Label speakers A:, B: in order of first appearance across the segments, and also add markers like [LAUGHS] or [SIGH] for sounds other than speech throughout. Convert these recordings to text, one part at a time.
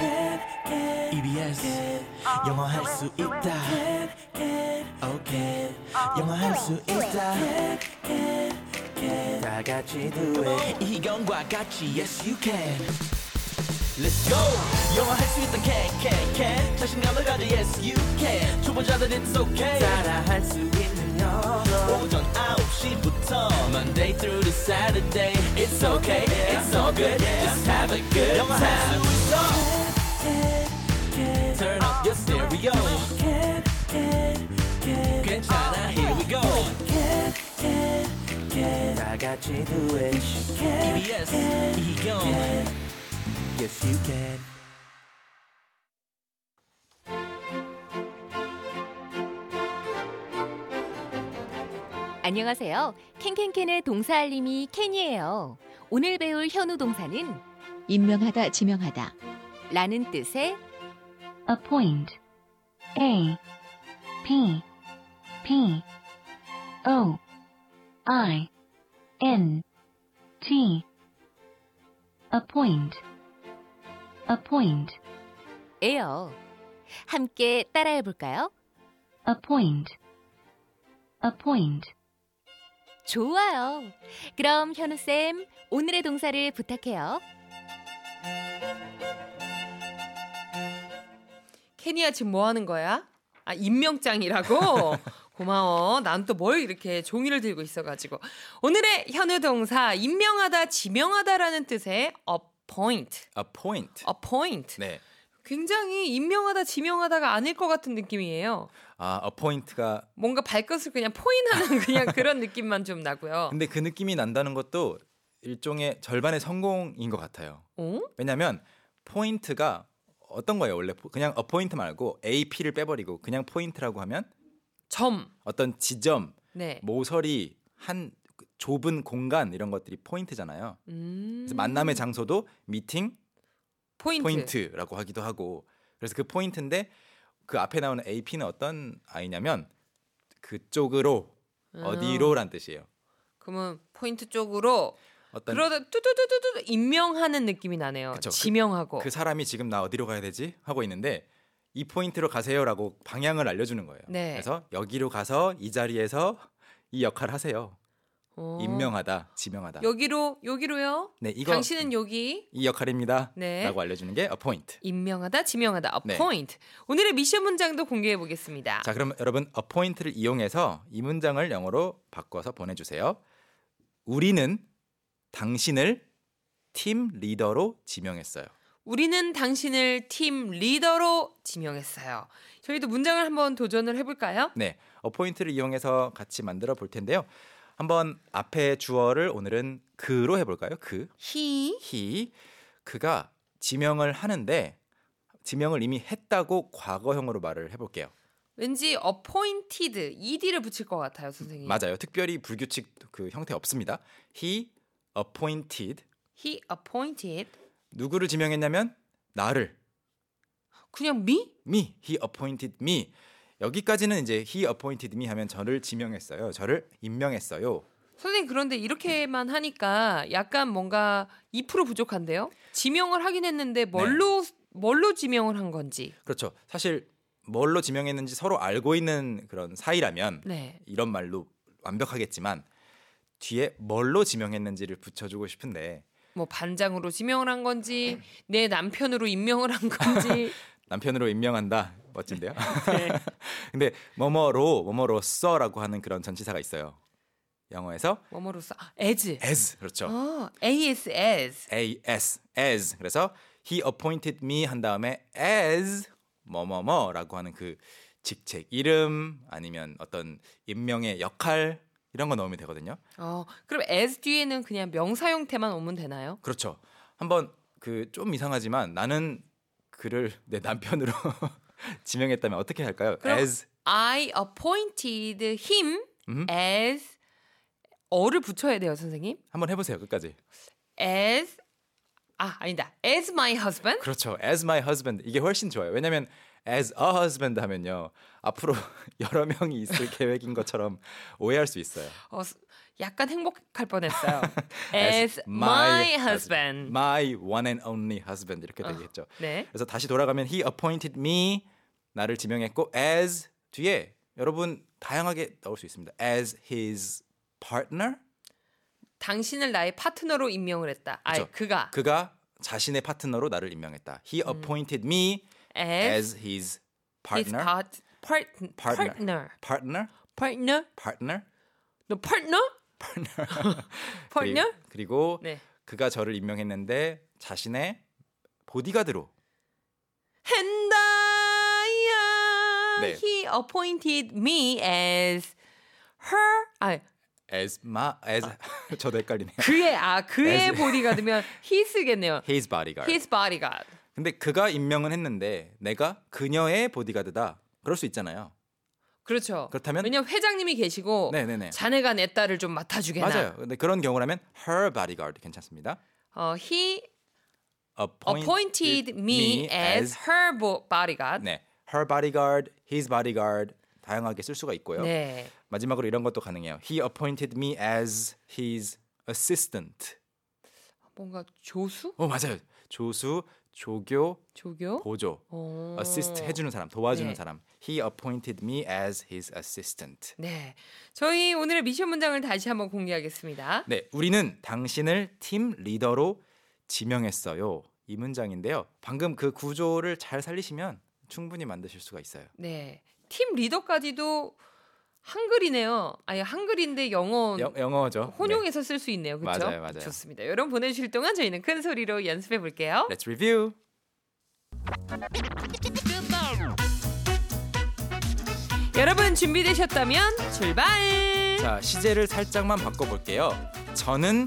A: E EBS 영어 할 수 있다 오케이 영어 할 수 있다 다 같이 do it 이희경과 같이 yes you can Let's go 영어 할 수 있다 can can can 자신감을 가져 yes you can 초보자들 it's okay 따라 할 수 있는 영어 오전 9시부터 Monday through to Saturday It's okay it's all good just have a good time 영어 할수 있어 Turn up your stereo. 괜찮아, here we go. 다 같이 do it. EBS, 이경. Yes, you can.
B: 안녕하세요. 캔캔캔의 동사 알림이 캔이에요. 오늘 배울 현우 동사는
C: 임명하다 지명하다
B: 라는 뜻의
D: appoint a p p o i n t appoint appoint
B: 에요. 함께 따라해 볼까요?
D: appoint appoint
B: 좋아요. 그럼 현우쌤, 오늘의 동사를 부탁해요.
E: 케니야 지금 뭐 하는 거야? 아 임명장이라고?
F: [LAUGHS]
E: 고마워. 난 또 뭘 이렇게 종이를 들고 있어가지고 오늘의 현우 동사 임명하다 지명하다라는 뜻의 appoint,
F: appoint.
E: appoint.
F: 네.
E: 굉장히 임명하다 지명하다가 아닐 것 같은 느낌이에요.
F: 아, appoint가
E: 뭔가 발끝을 그냥
F: [LAUGHS]
E: 포인하는 그냥 그런 느낌만 좀 나고요.
F: 근데 그 느낌이 난다는 것도 일종의 절반의 성공인 것 같아요.
E: 어?
F: 왜냐면 포인트가 어떤 거예요? 원래 포- 그냥 appoint 말고 ap를 빼버리고 그냥 포인트라고 하면
E: 점.
F: 어떤 지점,
E: 네.
F: 뭐, 모서리, 한그 좁은 공간 이런 것들이 포인트잖아요.
E: 음.
F: 그래서 만남의 장소도 미팅
E: 포인트.
F: 포인트라고 하기도 하고 그래서 그 포인트인데 그 앞에 나오는 ap는 어떤 아이냐면 그쪽으로 어디로란 뜻이에요.
E: 그러면 포인트 쪽으로
F: 어떤
E: 그러다 뚜두두두두 임명하는 느낌이 나네요.
F: 그쵸. 그-
E: 지명하고.
F: 그 사람이 지금 나 어디로 가야 되지 하고 있는데 이 포인트로 가세요라고 방향을 알려주는 거예요.
E: 네.
F: 그래서 여기로 가서 이 자리에서 이 역할 하세요.
E: 어.
F: 임명하다, 지명하다.
E: 여기로 여기로요.
F: 네, 이거
E: 당신은 여기
F: 이 역할입니다.
E: 네.
F: 라고 알려주는 게 appoint.
E: 임명하다 지명하다
F: 네.
E: appoint. 오늘의 미션 문장도 공개해 보겠습니다.
F: 자, 그럼 여러분 appoint를 이용해서 이 문장을 영어로 바꿔서 보내주세요. 우리는 당신을 팀 리더로 지명했어요.
E: 우리는 당신을 팀 리더로 지명했어요. 저희도 문장을 한번 도전을 해 볼까요?
F: 네, 어포인트를 이용해서 같이 만들어 볼 텐데요. 한번 앞에 주어를 오늘은 그로 해볼까요? 그,
E: he
F: he, 그가 지명을 하는데 지명을 이미 했다고 과거형으로 말을 해볼게요.
E: 왠지 appointed ed를 붙일 것 같아요, 선생님.
F: 맞아요. 특별히 불규칙 그 형태 없습니다. He appointed
E: he appointed
F: 누구를 지명했냐면 나를
E: 그냥 me?
F: me he appointed me 여기까지는 이제 he appointed me 하면 저를 지명했어요. 저를 임명했어요.
E: 선생님 그런데 이렇게만 하니까 약간 뭔가 2% 부족한데요. 지명을 하긴 했는데
F: 네.
E: 뭘로 뭘로 지명을 한 건지.
F: 그렇죠. 사실 뭘로 지명했는지 서로 알고 있는 그런 사이라면
E: 네.
F: 이런 말로 완벽하겠지만 뒤에 뭘로 지명했는지를 붙여주고 싶은데
E: 뭐 반장으로 지명을 한 건지 내 남편으로 임명을 한 [LAUGHS] 건지
F: 남편으로 임명한다 멋진데요. [LAUGHS] 근데 뭐뭐로 뭐뭐로써라고 하는 그런 전치사가 있어요. 영어에서
E: 뭐뭐로써 아, as.
F: as 그렇죠.
E: 어, as as.
F: as as 그래서 he appointed me 한 다음에 as 뭐뭐뭐라고 하는 그 직책 이름 아니면 어떤 임명의 역할 이런 거 넣으면 되거든요.
E: 어, 그럼 as 뒤에는 그냥 명사 형태만 오면 되나요?
F: 그렇죠. 한번 그 좀 이상하지만 나는 그를 내 남편으로 [LAUGHS] 지명했다면 어떻게 할까요?
E: 그럼-
F: as
E: I appointed him
F: 음.
E: as 어를 붙여야 돼요, 선생님.
F: 한번 해보세요 끝까지.
E: as 아, 아니다. as my husband.
F: 그 그렇죠. as my husband 이게 훨씬 좋아요. 왜냐하면 as a husband 하면요 앞으로 [LAUGHS] 여러 명이 있을 계획인 것처럼 오해할 수 있어요.
E: 어, 스- 약간 행복할 뻔했어요. As my husband.
F: my one and only husband 이렇게 되겠죠.
E: 네.
F: 그래서 다시 돌아가면 he appointed me 나를 지명했고 as 뒤에 여러분 다양하게 나올 수 있습니다. as his partner
E: 당신을 나의 파트너로 임명을 했다. 아이
F: 그쵸.
E: 그가
F: 그가 자신의 파트너로 나를 임명했다. He appointed me
E: 음. as
F: as his
E: his
F: partner.
E: part- part-
F: Partner.
E: partner.
F: partner,
E: partner.
F: partner,
E: 너 partner?
F: partner.
E: [LAUGHS] partner?
F: 그리고, 그리고
E: 네.
F: 그가 저를 임명했는데 자신의 보디가드로
E: And I,
F: 네.
E: he appointed me as her. 아,
F: as my as [LAUGHS] 저도 헷갈리네요.
E: 그의 아 그의
F: As-
E: 보디가드면 his겠네요.
F: His bodyguard.
E: His bodyguard.
F: 근데 그가 임명은 했는데 내가 그녀의 보디가드다. 그럴 수 있잖아요.
E: 그렇죠.
F: 그렇다면?
E: 왜냐면 회장님이 계시고
F: 네네네.
E: 자네가 내 딸을 좀 예, 맡아주게나.
F: 맞아요. 근데 그런 경우라면 her bodyguard 괜찮습니다.
E: 어, he
F: Appointed,
E: appointed me as her bo- bodyguard.
F: 네, her bodyguard, his bodyguard 다양하게 쓸 수가 있고요.
E: 네.
F: 마지막으로 이런 것도 가능해요. He appointed me as his assistant.
E: 뭔가 조수?
F: 어 맞아요. 조수, 조교,
E: 조교?
F: 보조,
E: 어.
F: assist 해주는 사람, 도와주는
E: 네.
F: 사람. He appointed me as his assistant.
E: 네. 저희 오늘의 미션 문장을 다시 한번 공개하겠습니다.
F: 네, 우리는 당신을 팀 리더로 지명했어요. 이 문장인데요. 방금 그 구조를 잘 살리시면 충분히 만드실 수가 있어요.
E: 네. 팀 리더까지도 한글이네요. 아니 한글인데 영어
F: 영, 영어죠. 네.
E: 혼용해서 쓸 수 있네요. 그렇죠?
F: 맞아요, 맞아요.
E: 좋습니다. 여러분 보내주실 동안 저희는 큰 소리로 연습해 볼게요.
F: Let's review.
E: 여러분 준비되셨다면 출발.
F: 자 시제를 살짝만 바꿔볼게요. 저는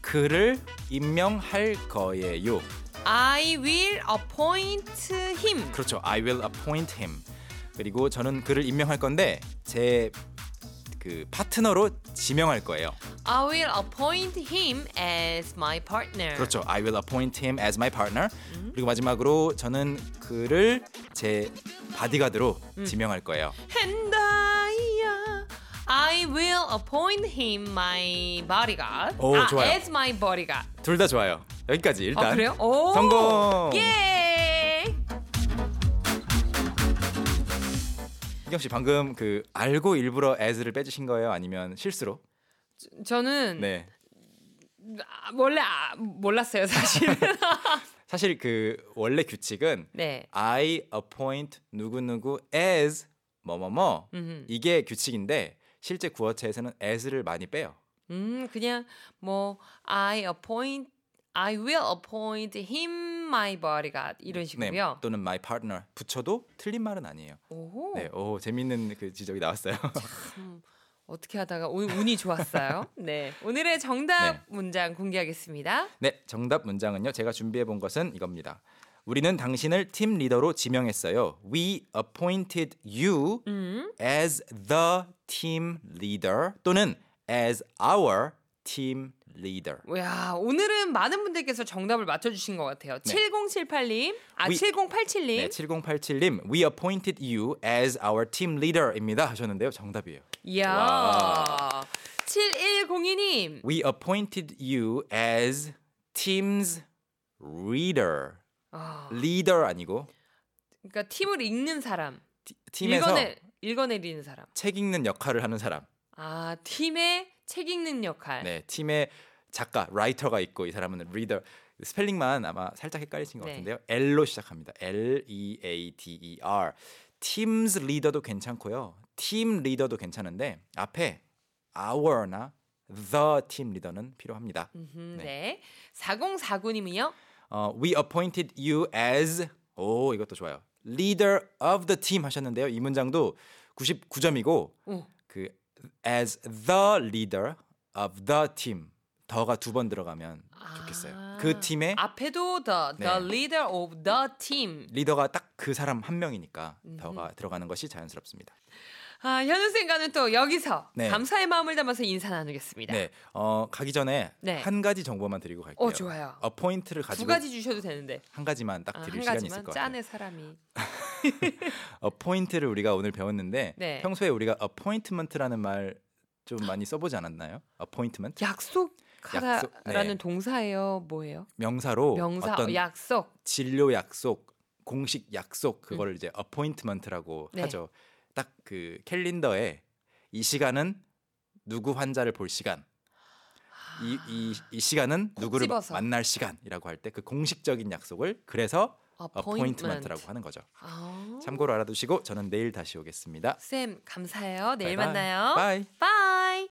F: 그를 임명할 거예요.
E: I will appoint him.
F: 그렇죠. I will appoint him. 그리고 저는 그를 임명할 건데 제 그 파트너로 지명할 거예요.
E: I will appoint him as my partner.
F: 그렇죠. I will appoint him as my partner.
E: 음.
F: 그리고 마지막으로 저는 그를 제 바디가드로
E: 음.
F: 지명할 거예요.
E: And I, I will appoint him my bodyguard.
F: 오,
E: 아,
F: 좋아요.
E: As my bodyguard.
F: 둘 다 좋아요. 여기까지 일단
E: 아 그래요? 오.
F: 성공.
E: 예.
F: 이경 씨 방금 그 알고 일부러 as를 빼주신 거예요? 아니면 실수로?
E: 저는
F: 네.
E: 아, 원래 아, 몰랐어요 사실.
F: 사실 그 원래 규칙은
E: [LAUGHS] 네.
F: I appoint 누구누구 as 뭐뭐뭐
E: 음흠.
F: 이게 규칙인데 실제 구어체에서는 as를 많이 빼요.
E: 음 그냥 뭐 I appoint, I will appoint him my bodyguard 이런
F: 네,
E: 식으로요.
F: 또는 my partner 붙여도 틀린 말은 아니에요.
E: 오호.
F: 네, 오 재밌는 그 지적이 나왔어요. [LAUGHS]
E: 어떻게 하다가 오늘 운이
F: [LAUGHS]
E: 좋았어요. 네. 오늘의 정답
F: 네.
E: 문장 공개하겠습니다.
F: 네, 정답 문장은요. 제가 준비해 본 것은 이겁니다. 우리는 당신을 팀 리더로 지명했어요. We appointed you
E: 음.
F: as the team leader 또는 as our team leader.
E: 야, 오늘은 많은 분들께서 정답을 맞춰주신 것 같아요. 7078님, 아,
F: We-
E: 7087님.
F: 네, 7087님, we appointed you as our team leader입니다 하셨는데요. 정답이에요.
E: 이야.
F: 와.
E: 7102님,
F: We appointed you as team's leader.
E: 아,
F: leader 아니고
E: 그러니까 팀을 읽는 사람,
F: 티- 팀에서
E: 읽어내, 읽어내리는 사람.
F: 책 읽는 역할을 하는 사람.
E: 아, 팀의 책 읽는 역할.
F: 네, 팀에 작가, 라이터가 있고 이 사람은 리더. 스펠링만 아마 살짝 헷갈리신 것
E: 네.
F: 같은데요. L로 시작합니다. L E A D E R. 팀스 리더도 괜찮고요. 팀 리더도 괜찮은데 앞에 our나 the 팀 리더는 필요합니다.
E: 음흠,
F: 네.
E: 네. 4049님은요?
F: 어, we appointed you as 오 이것도 좋아요. leader of the team 하셨는데요. 이 문장도 99점이고
E: 오.
F: 그 as the leader of the team 더가 두 번 들어가면 좋겠어요. 그 팀의
E: 아. 앞에도 the, the
F: 네.
E: leader of the team.
F: 리더가 딱 그 사람 한 명이니까 더가 들어가는 것이 자연스럽습니다.
E: 아, 현우쌤과는 또 여기서
F: 네.
E: 감사의 마음을 담아서 인사 나누겠습니다.
F: 네, 어 가기 전에
E: 네.
F: 한 가지 정보만 드리고 갈게요.
E: 어, 좋아요.
F: 어포인트를
E: 두
F: 가지고
E: 가지 주셔도 되는데.
F: 한 가지만 딱
E: 아,
F: 드릴
E: 한
F: 시간이 있을
E: 가지만
F: 것 같아요.
E: 짠의 사람이
F: appoint를 우리가 오늘 배웠는데
E: 네.
F: 평소에 우리가 appointment라는 말 좀 많이 써보지 않았나요? appointment
E: 약속하다라는
F: 약속, 네.
E: 동사예요. 뭐예요?
F: 명사로
E: 명사
F: 어떤
E: 약속.
F: 진료 약속, 공식 약속 그걸 이제 appointment라고
E: 음. 네.
F: 하죠. 딱 그 캘린더에 이 시간은 누구 환자를 볼 시간. 이, 이, 이 시간은
E: 콕
F: 누구를
E: 아, 집어서.
F: 만날 시간이라고 할 때 그 공식적인 약속을 그래서
E: 아, appointment.
F: appointment라고 하는 거죠.
E: 아.
F: 참고로 알아두시고 저는 내일 다시 오겠습니다.
E: 쌤 감사해요. 내일
F: 바이바이.
E: 만나요.
F: 바이.
E: 바이.